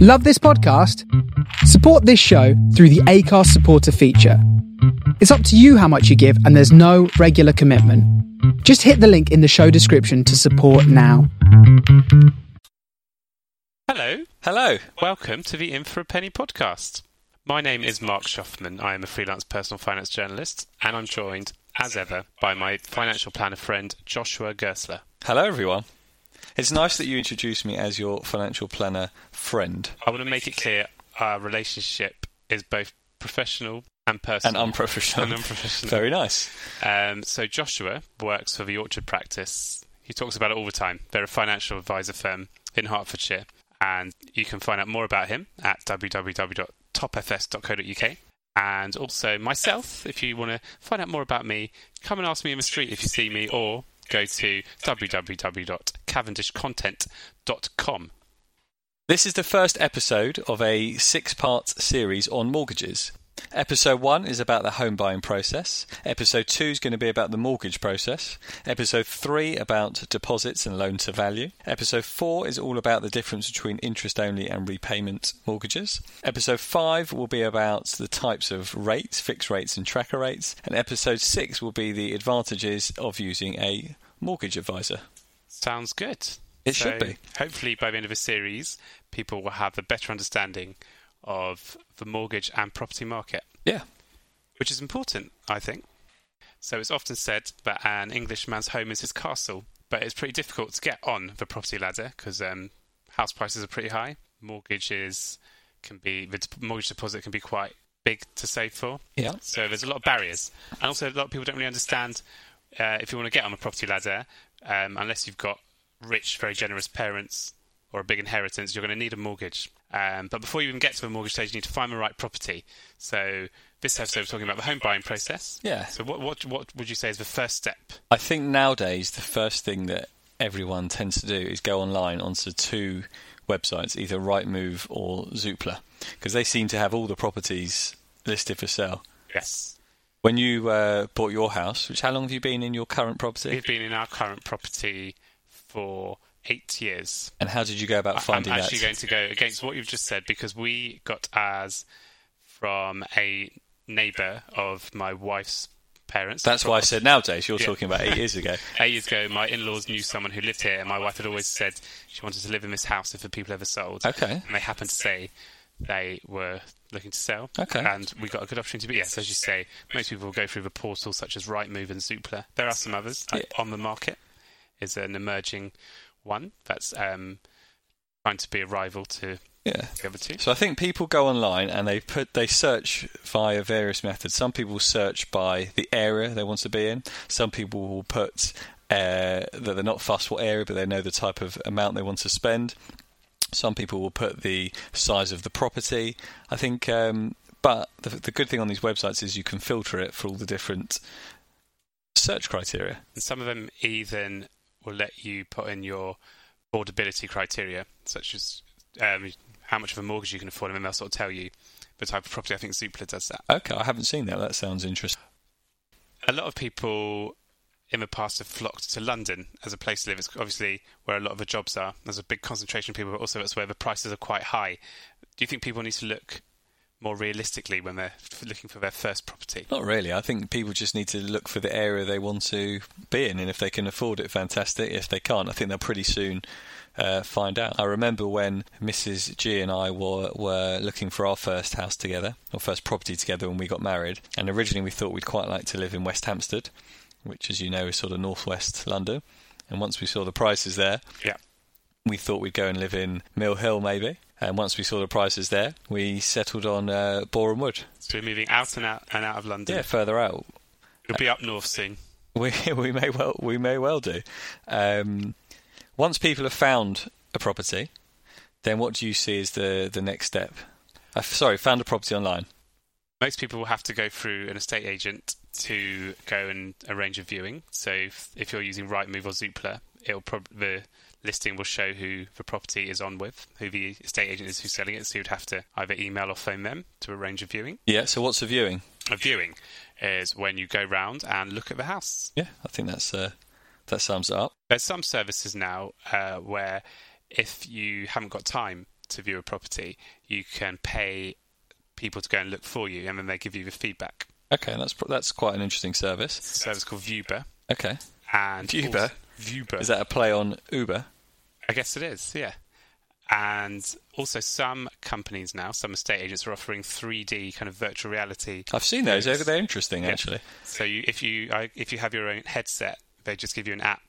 Love this podcast? Support this show through the ACARS supporter feature. It's up to you how much you give, and there's no regular commitment. Just hit the link in the show description to support now. Hello, hello. Welcome to the In for a Penny podcast. My name is Mark Schuffman. I am a freelance personal finance journalist, and I'm joined, as ever, by my financial planner friend, Joshua Gersler. Hello, everyone. It's nice that you introduced me as your financial planner friend I want to make it clear our relationship is both professional and and personal. unprofessional. And unprofessional. Very nice. Um, so Joshua works for the Orchard Practice. He talks about it all the time. They're a financial advisor firm in Hertfordshire, and you can find out more about him at www.topfs.co.uk. And also myself, if you want to find out more about me, come and ask me in the street if you see me, or go to www.cavendishcontent.com. This is the first episode of a six part series on mortgages. Episode one is about the home buying process. Episode two is going to be about the mortgage process. Episode three about deposits and loan to value. Episode four is all about the difference between interest only and repayment mortgages. Episode five will be about the types of rates, fixed rates and tracker rates. And episode six will be the advantages of using a mortgage advisor. Sounds good. It should be. Hopefully, by the end of the series, people will have a better understanding of the mortgage and property market, Yeah. which is important, I think. So, it's often said that an Englishman's home is his castle, but it's pretty difficult to get on the property ladder because um, house prices are pretty high. Mortgages can be, the dep- mortgage deposit can be quite big to save for. Yeah. So there's a lot of barriers, and also a lot of people don't really understand uh, if you want to get on a property ladder, um, unless you've got rich, very generous parents or a big inheritance, you're going to need a mortgage. Um, but before you even get to the mortgage stage, you need to find the right property. So this episode we're talking about the home buying process. Yeah. So what what what would you say is the first step? I think nowadays the first thing that everyone tends to do is go online onto two websites, either Rightmove or Zoopla, because they seem to have all the properties listed for sale. Yes. When you uh, bought your house, which how long have you been in your current property, We've been in our current property for eight years. and how did you go about finding I'm actually that? going to go against what you've just said because we got ours from a neighbour of my wife's parents. That's why I said nowadays. You're Yeah. talking about eight years ago. Eight years ago, my in-laws knew someone who lived here, and my wife had always said she wanted to live in this house if the people ever sold. Okay. And they happened to say they were looking to sell. Okay. And we got a good opportunity. But yes, as you say, most people will go through the portal such as Rightmove and Zoopla. There are some others. Like Yeah. On the Market is an emerging one that's um, trying to be a rival to Yeah. the other two. So I think people go online and they put they search via various methods. Some people search by the area they want to be in. Some people will put uh, that they're not fussed what area, but they know the type of amount they want to spend. Some people will put the size of the property. I think, um, but the, the good thing on these websites is you can filter it for all the different search criteria. And some of them even will let you put in your affordability criteria, such as um, how much of a mortgage you can afford, and then they'll sort of tell you the type of property. I think Zoopla does that. Okay, I haven't seen that. That sounds interesting. A lot of people in the past have flocked to London as a place to live. It's obviously where a lot of the jobs are. There's a big concentration of people, but also that's where the prices are quite high. Do you think people need to look more realistically when they're f- looking for their first property? Not really. I think people just need to look for the area they want to be in, and if they can afford it, fantastic. If they can't, I think they'll pretty soon uh, find out. I remember when Mrs. G and I were were looking for our first house together, or first property together, when we got married. And originally, we thought we'd quite like to live in West Hampstead, which, as you know, is sort of northwest London. And once we saw the prices there, Yeah. we thought we'd go and live in Mill Hill, maybe. And once we saw the prices there, we settled on uh, Boreham Wood. So we're moving out and out and out of London. Yeah, further out, We'll be up north soon. We we may well we may well do. Um, once people have found a property, then what do you see as the the next step? Uh, sorry, found a property online. most people will have to go through an estate agent to go and arrange a viewing. So if, if you're using Rightmove or Zoopla, it'll prob- the listing will show who the property is on with, who the estate agent is who's selling it. So you'd have to either email or phone them to arrange a viewing. Yeah. So what's the viewing? A viewing is when you go round and look at the house. Yeah, I think that's uh, that sums it up. There's some services now uh, where if you haven't got time to view a property, you can pay people to go and look for you, and then they give you the feedback. Okay, that's pr- that's quite an interesting service. It's a service called Vuber. Okay, And Vuber? also- Vuber. is that a play on Uber? I guess it is, yeah. And also, some companies now, some estate agents are offering 3D kind of virtual reality. I've seen those. They're, they're interesting, Yeah. actually. So you, if you I, if you have your own headset, they just give you an app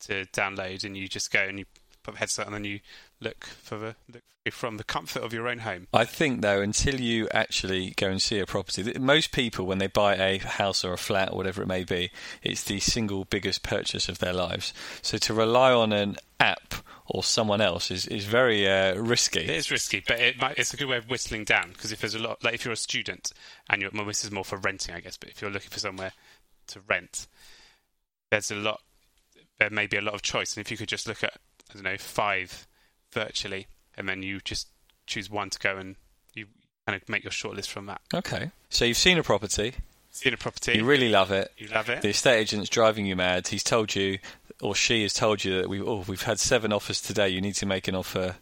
to download, and you just go and you put the headset on, and you look for the look from the comfort of your own home. I think though, until you actually go and see a property, th- most people when they buy a house or a flat or whatever it may be, it's the single biggest purchase of their lives. So to rely on an app or someone else is is very uh, It risky. is risky, but it might, it's a good way of whistling down because if there's a lot, like if you're a student and you're, well, this is more for renting, I guess, but if you're looking for somewhere to rent, there's a lot, there may be a lot of choice. And if you could just look at, I don't know, five virtually, and then you just choose one to go and you kind of make your shortlist from that. Okay, so you've seen a property, Seen a property, you really love it. you love it. The estate agent's driving you mad. He's told you, or she has told you that we oh we've had seven offers today. You need to make an offer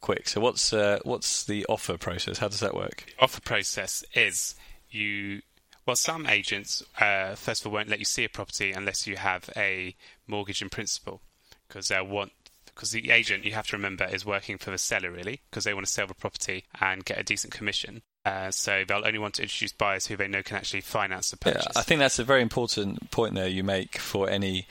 quick. So what's uh, what's the offer process? How does that work? offer process is you well some agents uh, first of all won't let you see a property unless you have a mortgage in principle because they want because the agent you have to remember is working for the seller really because they want to sell the property and get a decent commission uh, so they'll only want to introduce buyers who they know can actually finance the Yeah, purchase I think that's a very important point there you make for any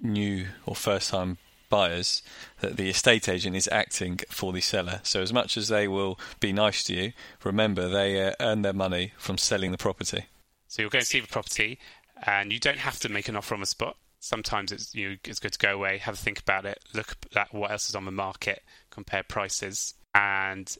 new or first time buyers that the estate agent is acting for the seller. So as much as they will be nice to you, remember they uh, earn their money from selling the property. So you'll go and see the property, and you don't have to make an offer on the spot. Sometimes it's you know, it's good to go away, have a think about it, look at what else is on the market, compare prices, and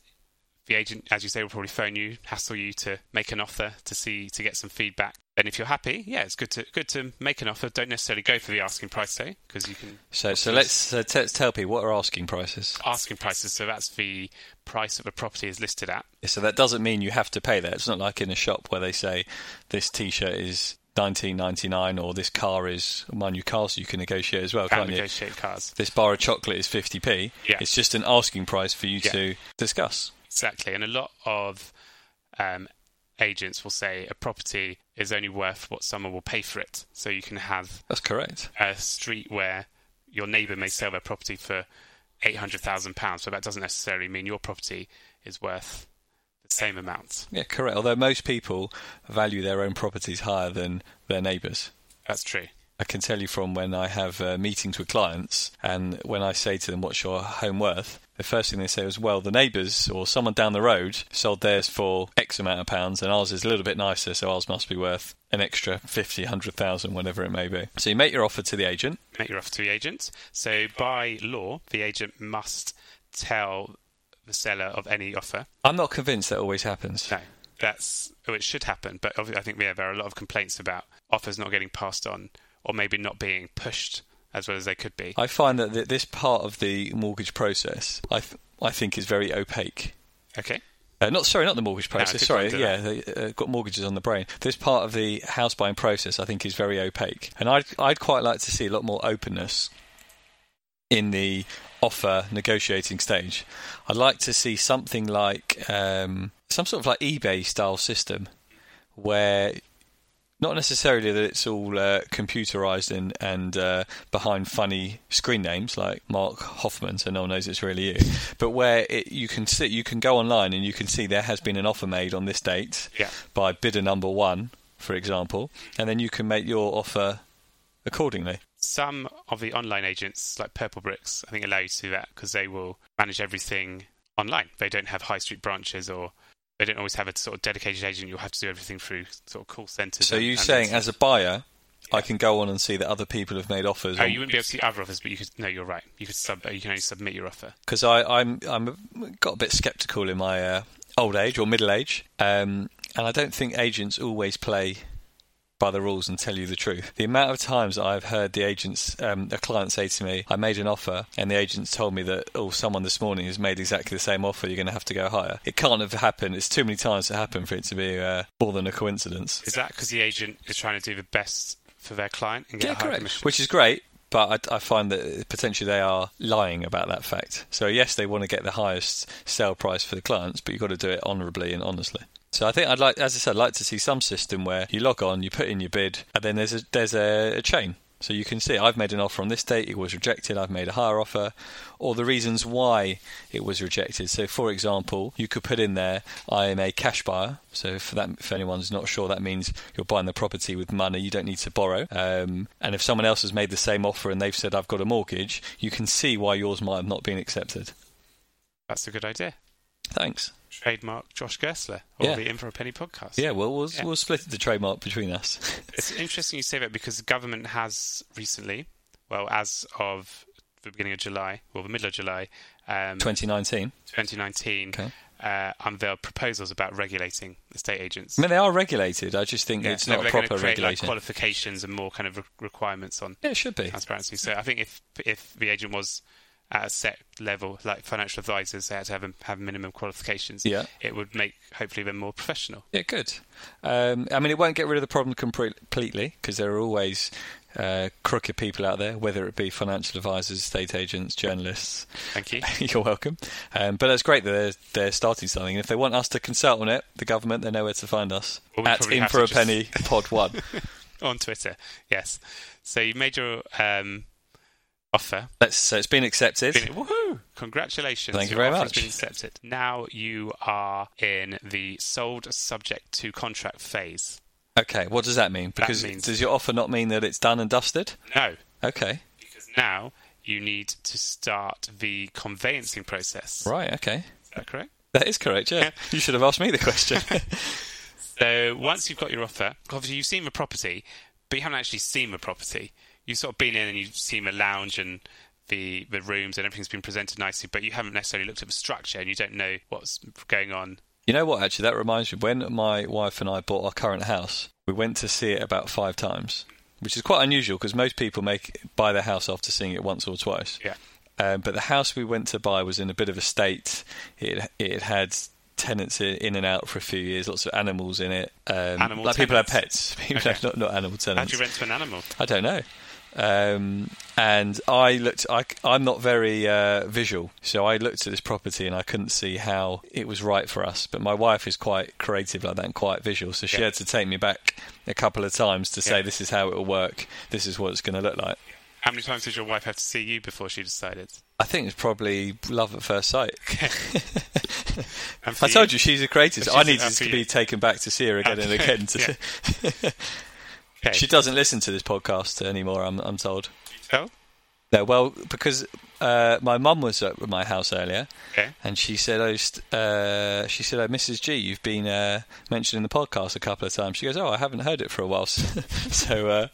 the agent, as you say, will probably phone you, hassle you to make an offer to see to get some feedback. And if you're happy, yeah, it's good to good to make an offer. Don't necessarily go for the asking price though, because you can So so let's so t- let's tell people what are asking prices. asking prices. So that's the price that the property is listed at. So that doesn't mean you have to pay that. It's not like in a shop where they say this T-shirt is nineteen ninety nine or this car is mind you cars you can negotiate as well, Can can't you? negotiate cars. This bar of chocolate is fifty p. Yeah. It's just an asking price for you Yeah. to discuss. Exactly, and a lot of um, agents will say a property is only worth what someone will pay for it. So you can have That's correct. a street where your neighbour may sell their property for eight hundred thousand pounds, but that doesn't necessarily mean your property is worth the same amount. Yeah, correct. Although most people value their own properties higher than their neighbours. That's true. I can tell you from when I have uh, meetings with clients, and when I say to them, "What's your home worth?" the first thing they say is, "Well, the neighbours or someone down the road sold theirs for X amount of pounds, and ours is a little bit nicer, so ours must be worth an extra fifty, hundred thousand, whatever it may be." So you make your offer to the agent. Make your offer to the agent. So by law, the agent must tell the seller of any offer I'm not convinced that always happens. No, that's oh, it should happen, but obvi- I think yeah, there are a lot of complaints about offers not getting passed on, or maybe not being pushed as well as they could be. I find that th- this part of the mortgage process, I th- I think, is very opaque. Okay, Uh, not sorry, not the mortgage process. good sorry, point, yeah, they, uh, got mortgages on the brain. This part of the house buying process, I think, is very opaque, and I'd I'd quite like to see a lot more openness in the offer negotiating stage. I'd like to see something like um, some sort of like eBay style system where. Not necessarily that it's all uh, computerized and, and uh, behind funny screen names like Mark Hoffman, so no one knows it's really you. But where it, you can see, you can go online and you can see there has been an offer made on this date Yeah. by bidder number one, for example, and then you can make your offer accordingly. some of the online agents like Purple Bricks, I think, allow you to do that because they will manage everything online. They don't have high street branches or. They don't always have a sort of dedicated agent. You'll have to do everything through sort of call centres. So and- you're and saying, things. as a buyer, I can go on and see that other people have made offers. oh, you wouldn't be able to see other offers, but you could. No, you're right. You could sub. You can only submit your offer. Because I'm I'm got a bit sceptical in my uh, old age or middle age, um, and I don't think agents always play by the rules and tell you the truth. The amount of times that I've heard the agents, um, a client say to me, "I made an offer," and the agents told me that, "Oh, someone this morning has made exactly the same offer. You're going to have to go higher." It can't have happened. It's too many times to happen for it to be uh, more than a coincidence. Is that because the agent is trying to do the best for their client and get a higher commission? Which is great, But I, I find that potentially they are lying about that fact. So yes, they want to get the highest sale price for the clients, but you've got to do it honourably and honestly. So I think I'd like, as I said, I'd like to see some system where you log on, you put in your bid, and then there's a there's a, a chain. So you can see I've made an offer on this date, it was rejected, I've made a higher offer, or the reasons why it was rejected. So for example, you could put in there I am a cash buyer. So for that if anyone's not sure that means you're buying the property with money, you don't need to borrow. Um, and if someone else has made the same offer and they've said I've got a mortgage, you can see why yours might have not been accepted. That's a good idea. Thanks. Trademark Josh Gersler or Yeah. the In for a Penny podcast. Yeah, well we'll, Yeah. we'll split the trademark between us. It's interesting you say that because the government has recently, well, as of the beginning of July, well, the middle of July, um, 2019. 2019, Okay. uh, unveiled proposals about regulating estate agents. I mean, they are regulated. I just think Yeah, it's so not a they're gonna proper create, like, regulation. qualifications and more kind of re- requirements on yeah, it should be. transparency. So I think if if the agent was at a set level, like financial advisors, they had to have have minimum qualifications. Yeah. it would make hopefully them more professional. Yeah, good. Um, I mean, it won't get rid of the problem compre- completely because there are always uh, crooked people out there, whether it be financial advisors, estate agents, journalists. Thank you. You're welcome. Um, but it's great that they're, they're starting something. And if they want us to consult on it, the government, they know where to find us. Well, we at probably In have for a to just- Penny Pod 1. on Twitter. Yes. So you made your um, offer. Let's, so it's been accepted. Been- woohoo! Congratulations. Thank you Your very offer has much. Been accepted. Now you are in the sold subject to contract phase. Okay, what does that mean? Because means- does your offer not mean that it's done and dusted? No, Okay, because now you need to start the conveyancing process. right, okay. Is that correct? That is correct, yeah. You should have asked me the question. So once you've got your offer, obviously you've seen the property, but you haven't actually seen the property. You've sort of been in and you've seen the lounge and the the rooms and everything's been presented nicely, but you haven't necessarily looked at the structure and you don't know what's going on. You know what? Actually, that reminds me. When my wife and I bought our current house, we went to see it about five times, which is quite unusual because most people make buy their house after seeing it once or twice. Yeah. Um, but the house we went to buy was in a bit of a state. It it had tenants i- in and out for a few years, lots of animals in it. Um, Animal like people had tenants? pets, people Okay. had not not animal How tenants. do you rent to an animal? I don't know. Um, and I looked. I, am not very uh, visual, so I looked at this property and I couldn't see how it was right for us. But my wife is quite creative like that and quite visual, so she Yeah. had to take me back a couple of times to Yeah. say, "This is how it will work. This is what it's going to look like." How many times did your wife have to see you before she decided? I think it's probably love at first sight. And for I told you she's a creative. But so I she's- needed that's to for be you. taken back to see her again and Okay. again. To okay. She doesn't listen to this podcast anymore. I'm, I'm told. tell? No, well, because uh, my mum was at my house earlier, Okay. and she said, "Oh, st- uh, she said, oh, Mrs. G, you've been uh, mentioned in the podcast a couple of times." She goes, "Oh, I haven't heard it for a while, so, so uh,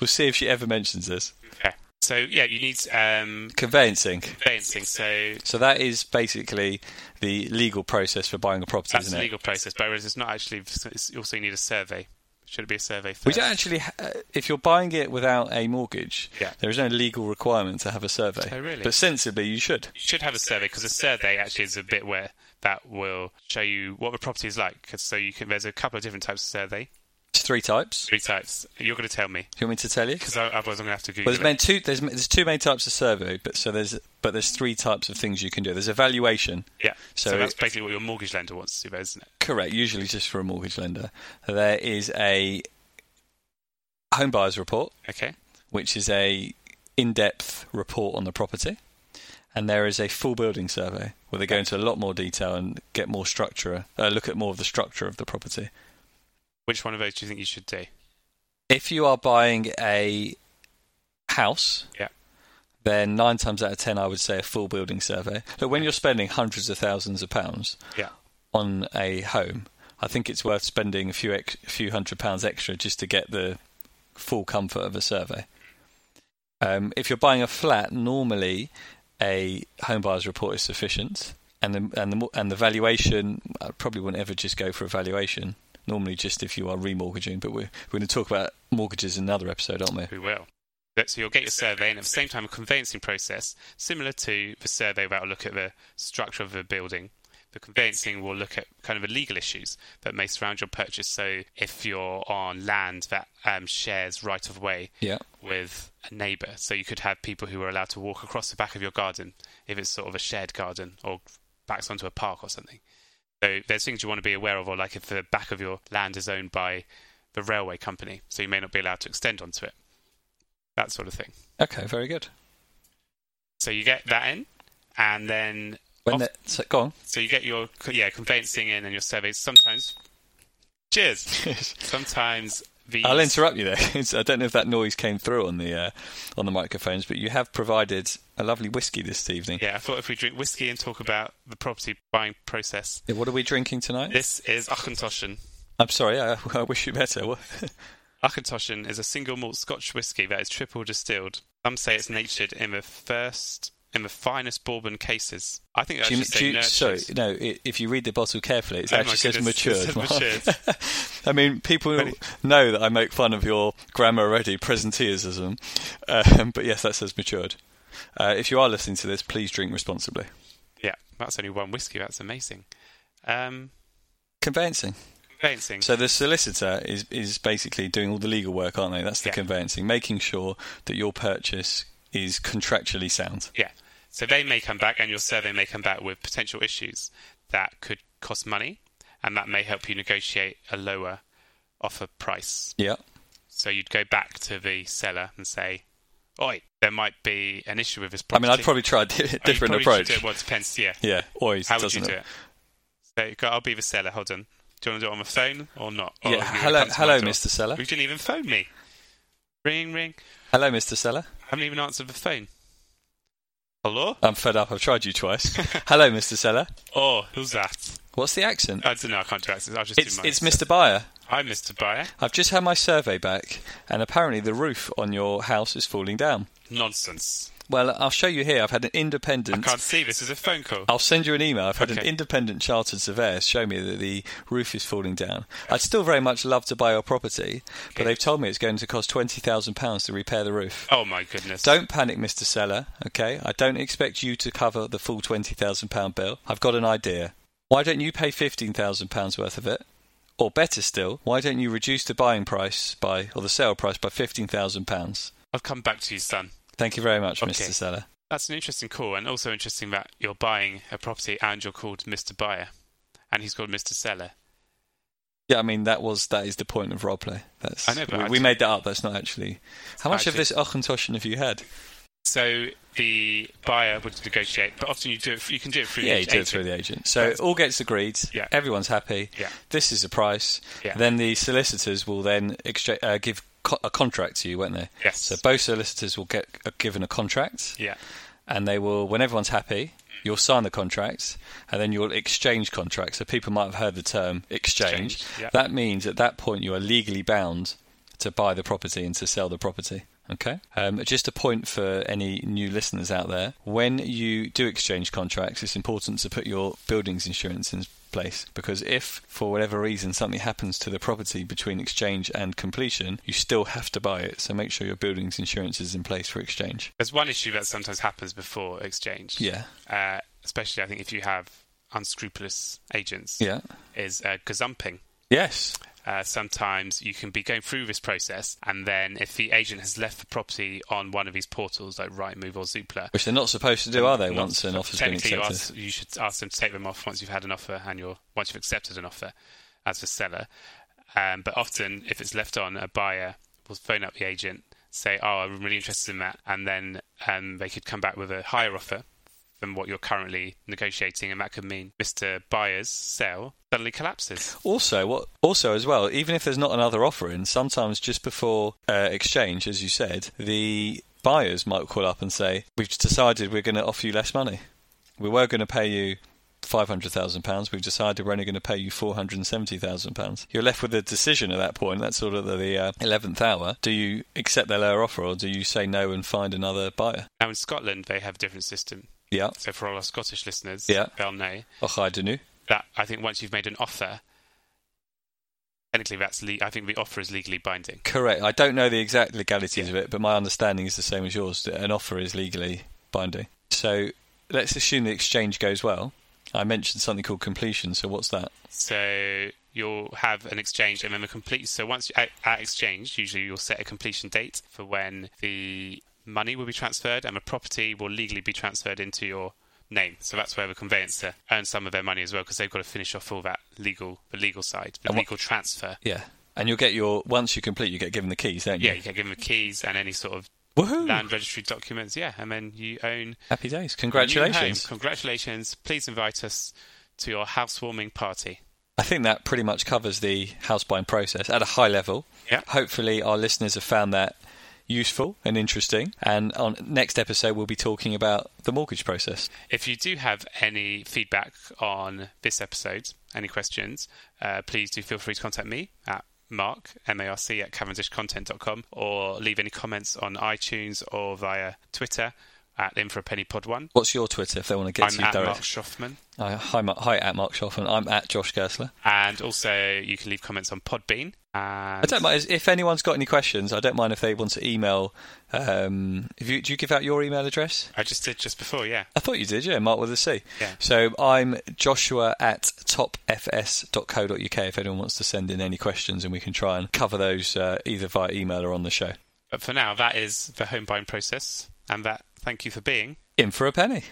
we'll see if she ever mentions this." Okay. So yeah, you need um, Conveyancing. conveyancing. So So that is basically the legal process for buying a property, that's isn't the it? legal process, but whereas it's not actually. It's you also need a survey. Should it be a survey first? We don't actually. Ha- uh, if you're buying it without a mortgage, Yeah. there is no legal requirement to have a survey. Oh, really? But sensibly, you should. you should have a survey because a survey actually is a bit where that will show you what the property is like. 'Cause So you can there's a couple of different types of survey, It's three types. three types. You're going to tell me Do you want me to tell you? because otherwise I'm going to have to Google Well, there's it. been two. There's there's two main types of survey, but so there's but there's three types of things you can do. There's evaluation, Yeah. So, so that's it- basically what your mortgage lender wants to do, isn't it? correct? Usually just for a mortgage lender. There is a home buyer's report, Okay. which is a in-depth report on the property, and there is a full building survey where they go into a lot more detail and get more structure, uh, look at more of the structure of the property. Which one of those do you think you should do? If you are buying a house, Yeah. then nine times out of ten, I would say a full building survey. But when you're spending hundreds of thousands of pounds Yeah. on a home, I think it's worth spending a few ex- a few hundred pounds extra just to get the full comfort of a survey. Um, if you're buying a flat, normally a home buyer's report is sufficient, and the and the mo- and the valuation I probably wouldn't ever just go for a valuation. Normally, just if you are remortgaging, but we're, we're going to talk about mortgages in another episode, aren't we? We will. But- So you'll get your survey and at the same time a conveyancing process similar to the survey where I'll look at the structure of the building. the conveyancing will look at kind of the legal issues that may surround your purchase. So if you're on land that um, shares right of way Yeah. with a neighbour, so you could have people who are allowed to walk across the back of your garden if it's sort of a shared garden or backs onto a park or something. So there's things you want to be aware of, or like if the back of your land is owned by the railway company, so you may not be allowed to extend onto it. That sort of thing. Okay, very good. So you get that in, and then When Off- the, so, go on. so you get your yeah conveyancing in and your surveys. Sometimes, cheers. Sometimes the I'll interrupt you there. 'cause I don't know if that noise came through on the uh, on the microphones, but you have provided a lovely whiskey this evening. yeah. I thought if we drink whiskey and talk about the property buying process, Yeah, What are we drinking tonight? this is Achentoshen. I'm sorry, I, I wish you better. What- Achentoshen is a single malt Scotch whisky that is triple distilled. Some say it's natured in the first in the finest bourbon cases. I think that do you, should do say you, nurtured. sorry, no. i- If you read the bottle carefully, it Oh my actually says goodness, matured. it says Mark. matured. I mean, people Really? know that I make fun of your grammar already, presenteeism. Um, but yes, that says matured. Uh, if you are listening to this, please drink responsibly. Yeah, that's only one whisky. That's amazing. Um, Conveyancing. conveyancing. So the solicitor is is basically doing all the legal work, aren't they? That's the Yeah. conveyancing, making sure that your purchase is contractually sound. Yeah. So they may come back, and your survey may come back with potential issues that could cost money, and that may help you negotiate a lower offer price. Yeah. So you'd go back to the seller and say, "Oi, there might be an issue with this I property." mean, I'd probably try a di- Oh, you different probably should approach. do it- Well, it depends. Yeah. Yeah, always How would doesn't you do it? So you go, I'll be the seller. Hold on. Do you want to do it on the phone or not? Or Yeah, you gonna hello- come to my hello, door? Mr. Seller. You didn't even phone me. Ring, ring. Hello, Mr. Seller. I haven't even answered the phone. Hello? I'm fed up. I've tried you twice. Hello, Mr. Seller. Oh, who's that? What's the accent? I don't know. I can't do accents. I'll just It's do mine. it's Mr. Buyer. Hi, Mr. Buyer. I've just had my survey back, and apparently the roof on your house is falling down. Nonsense. Well, I'll show you here. I've had an I independent can't see. This is a phone call. I'll send you an email. I've had an Okay. independent chartered surveyor show me that the roof is falling down. I'd still very much love to buy your property, but Okay. they've told me it's going to cost twenty thousand pounds to repair the roof. Oh my goodness. Don't panic, Mr. Seller. Okay, I don't expect you to cover the full twenty thousand pound bill. I've got an idea. Why don't you pay fifteen thousand pounds worth of it? Or better still, why don't you reduce the buying price by or the sale price by fifteen thousand pounds? I'll come back to you, son. Thank you very much, Okay. Mr. Seller. That's an interesting call, and also interesting that you're buying a property and you're called Mr. Buyer, and he's called Mr. Seller. Yeah, I mean that was that is the point of roleplay. That's I know, but we, I we d- made that up. That's not actually. How much Actually- of this Ochentoshen have you had? So the buyer would negotiate, but often you do it. You can do it through. Yeah, the you do it agent. through the agent. So it all gets agreed. Yeah. everyone's happy. Yeah. this is the price. Yeah. Then the solicitors will then extra- uh, give co- a contract to you, won't they? Yes. So both solicitors will get uh, given a contract, Yeah. and they will, when everyone's happy, you'll sign the contract, and then you'll exchange contracts. So people might have heard the term exchange. Exchange, yeah. That means at that point you are legally bound to buy the property and to sell the property. Okay. Um, just a point for any new listeners out there: when you do exchange contracts, it's important to put your buildings insurance in place because if, for whatever reason, something happens to the property between exchange and completion, you still have to buy it. So make sure your buildings insurance is in place for exchange. There's one issue that sometimes happens before exchange. Yeah. Uh, especially, I think if you have unscrupulous agents. Yeah. Is uh, gazumping. Yes. uh, sometimes you can be going through this process, and then if the agent has left the property on one of these portals like Rightmove or Zoopla, Which they're not supposed to do, are they? not- once an offer's been technically you accepted. ask- you should ask them to take them off once you've had an offer and you're once you've accepted an offer as a seller. Um, but often, if it's left on, a buyer will phone up the agent, say, "Oh, I'm really interested in that," and then um, they could come back with a higher offer than what you're currently negotiating, and that could mean Mr. Buyer's sale suddenly collapses. Also, what also as well, even if there's not another offer in, sometimes just before uh, exchange, as you said, the buyers might call up and say, "We've decided we're going to offer you less money. We were going to pay you." Five hundred thousand pounds. We've decided we're only going to pay you four hundred and seventy thousand pounds. You're left with a decision at that point. That's sort of the uh, eleventh hour. Do you accept their lower offer, or do you say no and find another buyer? Now, in Scotland, they have a different system. Yeah, So for all our Scottish listeners, Yeah. they'll know och, I dunno. that I think once you've made an offer, technically that's le- I think the offer is legally binding. Correct. I don't know the exact legalities of it, but my understanding is the same as yours. That an offer is legally binding. So let's assume the exchange goes well, I mentioned something called completion. So what's that? So you'll have an exchange and then a complete. So once you, at, at exchange, usually you'll set a completion date for when the money will be transferred and the property will legally be transferred into your name. So that's where the conveyancer earns some of their money as well because they've got to finish off all that legal, the legal side, the And what- legal transfer. Yeah. And you'll get your once you complete, you get given the keys, don't you? Yeah, you can give them the keys and any sort of Woohoo! land registry documents. Yeah, and then you own Happy days! a new home. Congratulations! Congratulations. Please invite us to your housewarming party. I think that pretty much covers the house buying process at a high level. Yeah. Hopefully, our listeners have found that useful and interesting. And on next episode, we'll be talking about the mortgage process. If you do have any feedback on this episode, any questions, uh, please do feel free to contact me at mark, M-A-R-C, at cavendishcontent.com or leave any comments on iTunes or via Twitter at in for a penny pod one. What's your Twitter if they want to get I'm to you at Mark direct? Schoffman. Hi, Uh, hi, Mark, hi, at Mark Schoffman. I'm at Josh Gersler. And also you can leave comments on Podbean. And I don't mind if anyone's got any questions. I don't mind if they want to email. Um, if you, do you give out your email address? I just did just before, yeah. I thought you did, yeah, Mark with a C. Yeah. So I'm Joshua at topfs.co.uk if anyone wants to send in any questions and we can try and cover those uh, either via email or on the show. But for now, that is the home buying process. And that, thank you for being. In for a penny.